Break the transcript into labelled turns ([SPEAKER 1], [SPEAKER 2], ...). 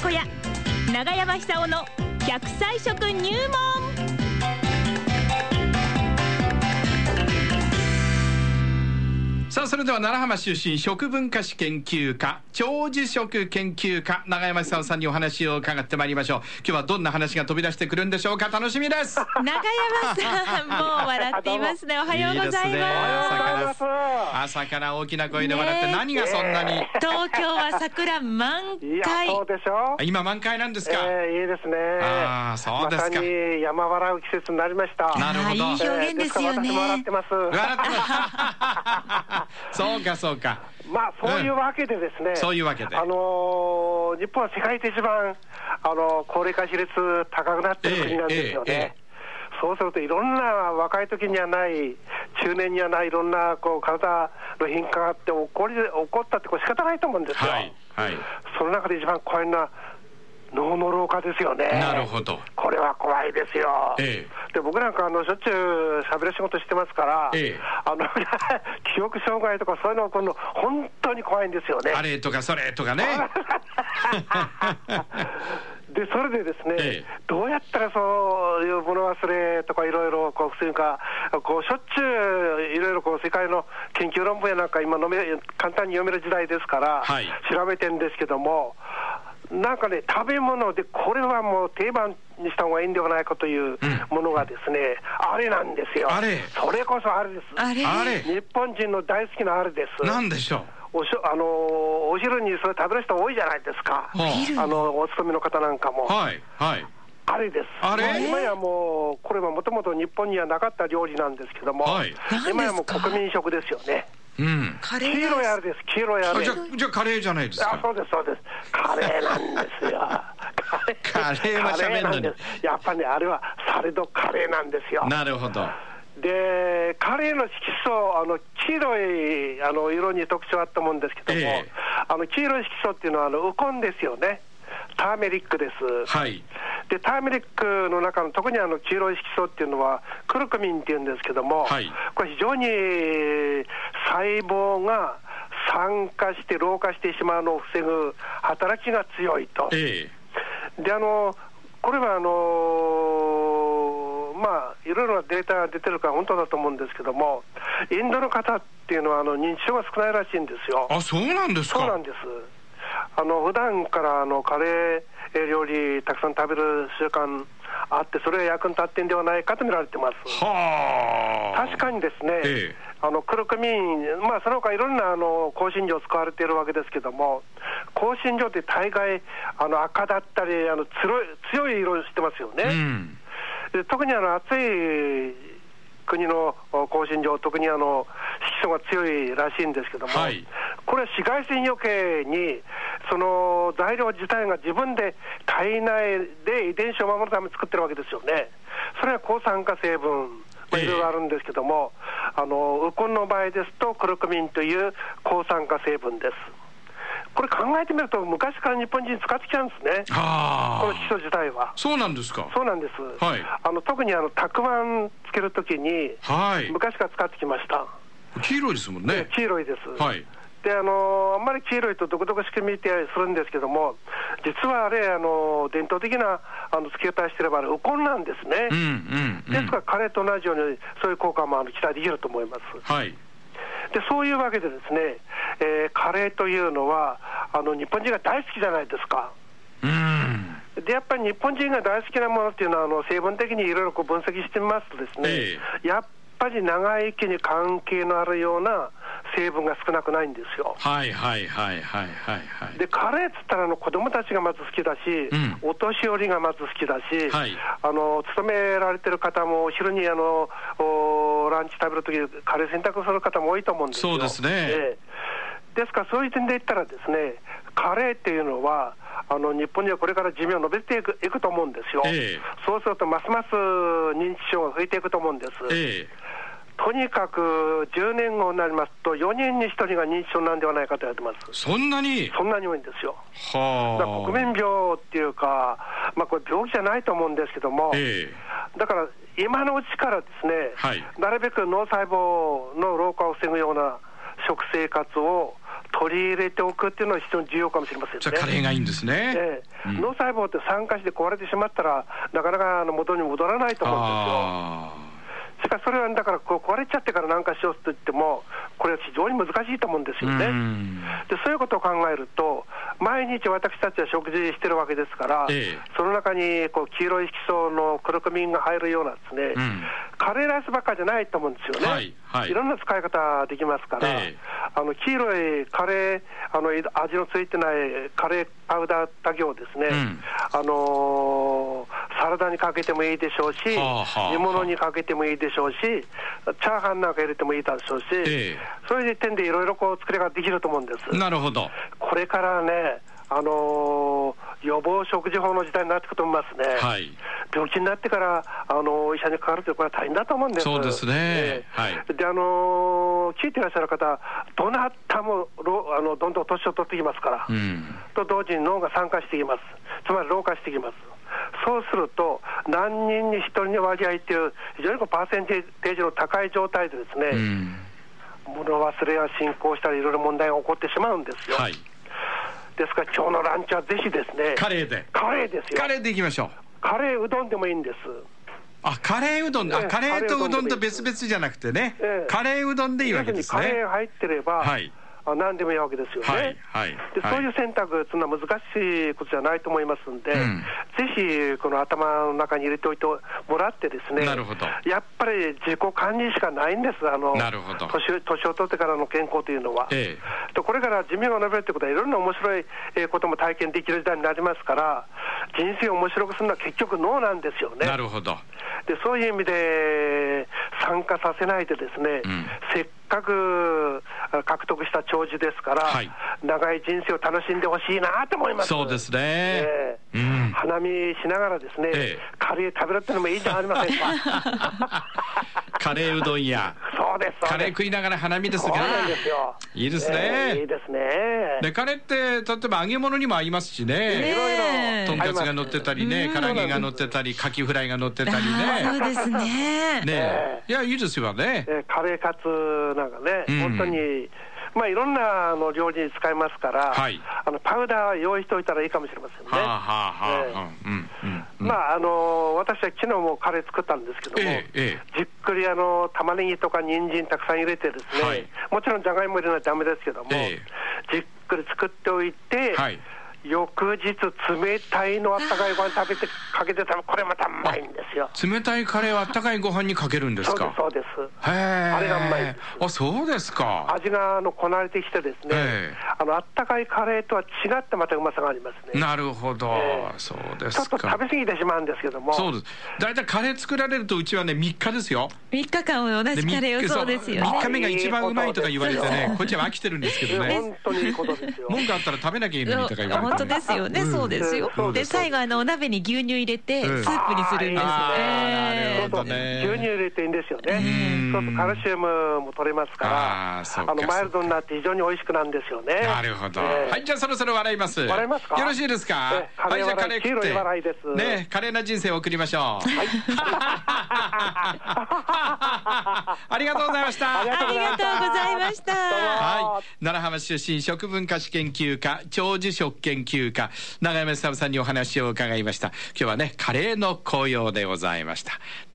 [SPEAKER 1] 小屋長山久夫の100歳食入門
[SPEAKER 2] さあそれでは奈良浜出身食文化史研究家長寿食研究家永山久夫さんにお話を伺ってまいりましょう今日はどんな話が飛び出してくるんでしょうか楽しみです
[SPEAKER 1] 長山さんもう笑っていますねおはようござい
[SPEAKER 2] いいですね
[SPEAKER 1] ます
[SPEAKER 2] 朝から朝から大きな声で笑って
[SPEAKER 1] ねえ
[SPEAKER 2] 何がそんなに、
[SPEAKER 1] 東京は桜満
[SPEAKER 3] いや、
[SPEAKER 1] 開
[SPEAKER 3] そうでしょう。
[SPEAKER 2] 今満開なんですか、
[SPEAKER 3] ええいいですね。
[SPEAKER 2] あーそうですか
[SPEAKER 3] まさに山笑う季節になりました。
[SPEAKER 2] なるほど
[SPEAKER 1] あいい表現ですよ
[SPEAKER 3] ええ
[SPEAKER 1] ね
[SPEAKER 3] から私も笑ってます。
[SPEAKER 2] 笑ってます そうかそうか
[SPEAKER 3] まあ、そういうわけでですね。
[SPEAKER 2] そういうわけで
[SPEAKER 3] あのー日本は世界で一番、あのー高齢化比率高くなってる国なんですよ
[SPEAKER 2] え
[SPEAKER 3] ね。
[SPEAKER 2] えええええ
[SPEAKER 3] そうすると、いろんな若い時にはない、中年にはない、いろんなこう体の変化があって起こり、起こったってこう仕方ないと思うんですよ。
[SPEAKER 2] はいはい
[SPEAKER 3] その中で一番怖いのは、脳の老化ですよね。
[SPEAKER 2] なるほど
[SPEAKER 3] これは怖いですよ。
[SPEAKER 2] え
[SPEAKER 3] で僕なんかあのしょっちゅう喋る仕事してますから、
[SPEAKER 2] ええ
[SPEAKER 3] あの 記憶障害とかそういうのこの本当に怖いんですよね。
[SPEAKER 2] あれとかそれとかね
[SPEAKER 3] でそれでですね、
[SPEAKER 2] ええ
[SPEAKER 3] どうやったらそういう物忘れとかいろいろこう防ぐか、こうしょっちゅういろいろこう世界の研究論文やなんか今飲め簡単に読める時代ですから、
[SPEAKER 2] はい
[SPEAKER 3] 調べてるんですけども。なんかね、食べ物で、これはもう定番にした方がいいんではないかというものがですね、あれなんですよ。
[SPEAKER 2] あれ
[SPEAKER 3] それこそあれです。
[SPEAKER 1] あれ
[SPEAKER 2] あれ
[SPEAKER 3] 日本人の大好きなあれです。
[SPEAKER 2] なんでしょ
[SPEAKER 3] おしょあのーお昼にそれ食べる人多いじゃないですか、
[SPEAKER 2] う、は
[SPEAKER 3] あのお勤めの方なんかも、
[SPEAKER 2] あはいはい
[SPEAKER 3] あれです、
[SPEAKER 2] あれ
[SPEAKER 3] ま今やもう、これはもともと日本にはなかった料理なんですけども、
[SPEAKER 2] はい
[SPEAKER 3] 今やも
[SPEAKER 1] 何
[SPEAKER 3] う
[SPEAKER 1] ですか
[SPEAKER 3] 国民食ですよね、
[SPEAKER 2] うん
[SPEAKER 1] カレー
[SPEAKER 3] 黄色いあ
[SPEAKER 1] が
[SPEAKER 3] れです、黄色いあ
[SPEAKER 2] あ
[SPEAKER 3] れ、
[SPEAKER 2] じゃあじゃあカレーじゃないです
[SPEAKER 3] あ
[SPEAKER 2] か
[SPEAKER 3] そうです、そうです、カレーなんですよ。
[SPEAKER 2] カレーは
[SPEAKER 3] カレ
[SPEAKER 2] 喋ん
[SPEAKER 3] な
[SPEAKER 2] の
[SPEAKER 3] ん
[SPEAKER 2] に
[SPEAKER 3] ですやっぱり、ね、あれはサレドカレーなんですよ。
[SPEAKER 2] なるほど
[SPEAKER 3] で、カレーの色素、あの黄色いあの色に特徴あったもんですけども、
[SPEAKER 2] ええ
[SPEAKER 3] あの黄色い色素っていうのはあのウコンですよね、ターメリックです。
[SPEAKER 2] はい
[SPEAKER 3] で、ターメリックの中の特にあの黄色い色素っていうのは、クルクミンっていうんですけども、
[SPEAKER 2] はい
[SPEAKER 3] これ、非常に細胞が酸化して、老化してしまうのを防ぐ働きが強いと。
[SPEAKER 2] ええ
[SPEAKER 3] であのこれはあのまあいろいろなデータが出てるから本当だと思うんですけども、インドの方っていうのはあの認知症が少ないらしいんですよ。
[SPEAKER 2] あそうなんですか
[SPEAKER 3] そうなんです。あの普段からあのカレー料理たくさん食べる習慣あってそれが役に立ってんではないかと見られてます。
[SPEAKER 2] はあ
[SPEAKER 3] 確かにですね、
[SPEAKER 2] ええ
[SPEAKER 3] あのクルクミン、まあ、その他いろんなあの香辛料使われているわけですけども、香辛料って大概、あの赤だったり、あの強い強い色してますよ
[SPEAKER 2] う
[SPEAKER 3] ね、
[SPEAKER 2] ん
[SPEAKER 3] で特にあの暑い国のお香辛料、特にあの色素が強いらしいんですけども、
[SPEAKER 2] はい
[SPEAKER 3] これは紫外線余計に、その材料自体が自分で体内で遺伝子を守るために作ってるわけですよね。それは抗酸化成分、まあ
[SPEAKER 2] ええ
[SPEAKER 3] いろいろあるんですけども、あのウコンの場合ですと、クルクミンという抗酸化成分です。これ考えてみると、昔から日本人使ってきたんですね、こ
[SPEAKER 2] は
[SPEAKER 3] の色素
[SPEAKER 2] あ
[SPEAKER 3] 自体は。
[SPEAKER 2] そうなんですか
[SPEAKER 3] そうなんです。
[SPEAKER 2] はい
[SPEAKER 3] あの特にあのたくあんつけるときに、
[SPEAKER 2] はい
[SPEAKER 3] 昔から使ってきました。
[SPEAKER 2] 黄色いですもんね
[SPEAKER 3] 黄色いです。
[SPEAKER 2] はい
[SPEAKER 3] であのあんまり黄色いと独々しく見えてするんですけども、実はあれ、あの伝統的なあの付け方してればあれ、ウコンなんですね。
[SPEAKER 2] うんうんうん
[SPEAKER 3] ですから、カレーと同じように、そういう効果もあの期待できると思います。
[SPEAKER 2] はい
[SPEAKER 3] で、そういうわけでですね、えーカレーというのは、あの日本人が大好きじゃないですか。
[SPEAKER 2] うん
[SPEAKER 3] で、やっぱり日本人が大好きなものっていうのは、あの成分的にいろいろこう分析してみますとですね、
[SPEAKER 2] え
[SPEAKER 3] やっぱり長生きに関係のあるような成分が少なくないんですよ。
[SPEAKER 2] はいはいはいはいはいはい
[SPEAKER 3] でカレーっつったらあの子供たちがまず好きだし、
[SPEAKER 2] うん
[SPEAKER 3] お年寄りがまず好きだし、
[SPEAKER 2] はい
[SPEAKER 3] あの勤められてる方もお昼にあのおランチ食べるときカレー選択する方も多いと思うんですよ
[SPEAKER 2] そうですね
[SPEAKER 3] ええですからそういう点で言ったらですねカレーっていうのはあの日本にはこれから寿命を延びていくいくと思うんですよ、
[SPEAKER 2] ええ
[SPEAKER 3] そうするとますます認知症が増えていくと思うんです、
[SPEAKER 2] ええ
[SPEAKER 3] とにかく10年後になりますと4人に1人が認知症なんではないかと言われてます
[SPEAKER 2] そんなに
[SPEAKER 3] そんなに多いんですよだから
[SPEAKER 2] はあ
[SPEAKER 3] 国民病っていうか、まあ、これ、病気じゃないと思うんですけども、
[SPEAKER 2] ええ
[SPEAKER 3] だから今のうちからですね、
[SPEAKER 2] はい
[SPEAKER 3] なるべく脳細胞の老化を防ぐような食生活を取り入れておくっていうのは非常に重要かもしれませんね。
[SPEAKER 2] じゃあカレーがいいんですね。
[SPEAKER 3] ええ
[SPEAKER 2] うん
[SPEAKER 3] 脳細胞って酸化して壊れてしまったら、なかなかあの元に戻らないと思うんで
[SPEAKER 2] ああ。
[SPEAKER 3] すよ。しかしそれはだから、こう壊れちゃってからなんかしようと言っても、これは非常に難しいと思うんですよね。
[SPEAKER 2] うん
[SPEAKER 3] でそういうことを考えると、毎日私たちは食事してるわけですから、
[SPEAKER 2] ええ
[SPEAKER 3] その中にこう黄色い色素のクロクミンが入るようなですね、
[SPEAKER 2] うん
[SPEAKER 3] カレーライスばっかりじゃないと思うんですよね。
[SPEAKER 2] はいはい
[SPEAKER 3] ろんな使い方できますから、
[SPEAKER 2] ええ
[SPEAKER 3] あの黄色いカレーあの、い味のついてないカレーパウダーだけをですね、
[SPEAKER 2] うん
[SPEAKER 3] あのーサラダにかけてもいいでしょうし、
[SPEAKER 2] はあはあ
[SPEAKER 3] 煮物にかけてもいいでしょうし、チャーハンなんか入れてもいいでしょうし、
[SPEAKER 2] ええ
[SPEAKER 3] そういう点でいろいろこう作りができると思うんです。
[SPEAKER 2] なるほど。
[SPEAKER 3] これからね、あのー予防食事法の時代になってくると思いますね。
[SPEAKER 2] はい。
[SPEAKER 3] 病気になってから、あのー医者にかかるというこれは大変だと思うんです
[SPEAKER 2] そうですね
[SPEAKER 3] ええ
[SPEAKER 2] はい
[SPEAKER 3] で、あのー聞いてらっしゃる方、どなたもろあのどんどん年を取ってきますから、
[SPEAKER 2] うん。
[SPEAKER 3] と同時に脳が酸化してきます、つまり老化してきます。そうすると、何人に1人の割合っていう、非常にこうパーセンテージの高い状態で、です
[SPEAKER 2] う
[SPEAKER 3] ね、
[SPEAKER 2] ん。
[SPEAKER 3] 物忘れや進行したり、いろいろ問題が起こってしまうんですよ。
[SPEAKER 2] はい。
[SPEAKER 3] ですから今日のランチはぜひですね
[SPEAKER 2] カレーで。
[SPEAKER 3] カレーですよ
[SPEAKER 2] カレーでいきましょう。
[SPEAKER 3] カレーうどんでもいいんです
[SPEAKER 2] あ、カレーうどん、あ、
[SPEAKER 3] ええ
[SPEAKER 2] カレーとうどんと
[SPEAKER 3] カレーうどんでいいで
[SPEAKER 2] 別
[SPEAKER 3] す
[SPEAKER 2] 々じゃなくてね
[SPEAKER 3] ええ。
[SPEAKER 2] カレーうどんでいいわけです
[SPEAKER 3] 要るにカレ
[SPEAKER 2] ね
[SPEAKER 3] ー。入ってれば、
[SPEAKER 2] はい
[SPEAKER 3] あ何でもいいわけですよね、
[SPEAKER 2] はいはい
[SPEAKER 3] で
[SPEAKER 2] はい
[SPEAKER 3] そういう選択っていうのは難しいことじゃないと思いますんで、
[SPEAKER 2] うん
[SPEAKER 3] ぜひこの頭の中に入れておいてもらってですね
[SPEAKER 2] なるほど
[SPEAKER 3] やっぱり自己管理しかないんですあの
[SPEAKER 2] なるほど
[SPEAKER 3] 年を年を取ってからの健康というのは、
[SPEAKER 2] え
[SPEAKER 3] とこれから寿命が延びるってことはいろんな面白いえーことも体験できる時代になりますから人生を面白くするのは結局脳なんですよね
[SPEAKER 2] なるほど。
[SPEAKER 3] でそういう意味で、参加させないで、ですね、
[SPEAKER 2] うん
[SPEAKER 3] せっかくあ獲得した長寿ですから、
[SPEAKER 2] はい
[SPEAKER 3] 長い人生を楽しんでほしいなと思います。
[SPEAKER 2] そうです
[SPEAKER 3] え
[SPEAKER 2] ね。う
[SPEAKER 3] え
[SPEAKER 2] ん。
[SPEAKER 3] 花見しながらですね、
[SPEAKER 2] ええ
[SPEAKER 3] カレー食べるってのもいいじゃありませんか。
[SPEAKER 2] カレーうどんや。
[SPEAKER 3] そうです、そうです。
[SPEAKER 2] カレー食いながら花見です
[SPEAKER 3] そうなんで
[SPEAKER 2] ね。
[SPEAKER 3] すよ。
[SPEAKER 2] いいです
[SPEAKER 3] ええい
[SPEAKER 2] ね
[SPEAKER 3] い。ですね。
[SPEAKER 2] で、カレーって、例えば揚げ物にも合いますし
[SPEAKER 3] い
[SPEAKER 1] ね
[SPEAKER 2] ね。
[SPEAKER 3] ろいろ
[SPEAKER 1] ええ
[SPEAKER 2] とんかつが乗ってたりね、唐揚げが乗ってたり、カキフライが乗ってたりね。
[SPEAKER 1] そうですね。
[SPEAKER 2] ねえ
[SPEAKER 3] え、
[SPEAKER 2] いや、いいですよね。
[SPEAKER 3] えーカレーカツなんかね、
[SPEAKER 2] うん
[SPEAKER 3] 本当に、まあ、いろんなあの料理に使えますから、
[SPEAKER 2] はい
[SPEAKER 3] あのパウダーは用意しておいたらいいかもしれませんね。
[SPEAKER 2] はあ、はあはあはあ
[SPEAKER 3] え、
[SPEAKER 2] うん、うん
[SPEAKER 3] ー。まああのー私は昨日もカレー作ったんですけども、
[SPEAKER 2] ええええ
[SPEAKER 3] じっくりあの玉ねぎとか人参たくさん入れてですね、
[SPEAKER 2] はい
[SPEAKER 3] もちろんじゃがいも入れないとダメですけども、
[SPEAKER 2] ええ
[SPEAKER 3] じっくり作っておいて、
[SPEAKER 2] はい
[SPEAKER 3] 翌日冷たいのあったかいご飯食べてかけて食べこれまたうまいんですよ。
[SPEAKER 2] うん冷たいカレーはあったかいご飯にかけるんです
[SPEAKER 3] そうです
[SPEAKER 2] か。
[SPEAKER 3] そうです。
[SPEAKER 2] へえ。
[SPEAKER 3] あれがうまいです
[SPEAKER 2] あ、そうですか。
[SPEAKER 3] 味があのこなれてきてですね、
[SPEAKER 2] ええ
[SPEAKER 3] あのあったかいカレーとは違ってまたうまさがありますね。
[SPEAKER 2] なるほど
[SPEAKER 3] え。え
[SPEAKER 2] そうで
[SPEAKER 3] ちょっ
[SPEAKER 2] す
[SPEAKER 3] と食べ
[SPEAKER 2] か。
[SPEAKER 3] 過ぎてしまうんですけども、
[SPEAKER 2] そうです。だいたいカレー作られるとうちはね3日ですよ。
[SPEAKER 1] 三日間同じカレーをそうですよ
[SPEAKER 2] 3
[SPEAKER 1] ね
[SPEAKER 2] 日。目が一番うまいとか言われて
[SPEAKER 3] そう
[SPEAKER 2] ね
[SPEAKER 3] そ、う
[SPEAKER 2] こっちは飽きてるんですけ
[SPEAKER 3] い
[SPEAKER 2] ど
[SPEAKER 3] や
[SPEAKER 2] ね。
[SPEAKER 3] 本当にいいことですよ。
[SPEAKER 2] 文句あったら食べなきゃいいのにとか言われて、ね。
[SPEAKER 1] 本当ですよね、
[SPEAKER 2] うん
[SPEAKER 1] そうですよ
[SPEAKER 3] そう。で
[SPEAKER 1] です最後あのお鍋に牛乳入れてス
[SPEAKER 2] うん
[SPEAKER 1] ープにするんです。
[SPEAKER 3] あ
[SPEAKER 2] ーなるほど
[SPEAKER 1] ええ
[SPEAKER 2] ね
[SPEAKER 3] 牛乳入れていいんですよ
[SPEAKER 2] うん
[SPEAKER 3] ね。そうするとカルシウムも取れますから、
[SPEAKER 2] あーそうか
[SPEAKER 3] のマイルドになって非常に美味しくなるんですよね。
[SPEAKER 2] なるほど。
[SPEAKER 3] え え
[SPEAKER 2] はい、じゃあそろそろ笑います。
[SPEAKER 3] 笑いますか
[SPEAKER 2] よろしいですか
[SPEAKER 3] ええ。カレー
[SPEAKER 2] はい、じゃあ
[SPEAKER 3] 笑い
[SPEAKER 2] カレー食って。
[SPEAKER 3] 黄色い笑いです
[SPEAKER 2] ねえ、華麗な人生を送りまし ょう。 ありがとうございました。
[SPEAKER 3] ありが
[SPEAKER 1] ありがとうございました。
[SPEAKER 2] はい、奈良浜市出身食文化史研究家長寿食研究家永山久夫さんにお話を伺いました今日はねカレーの紅葉でございました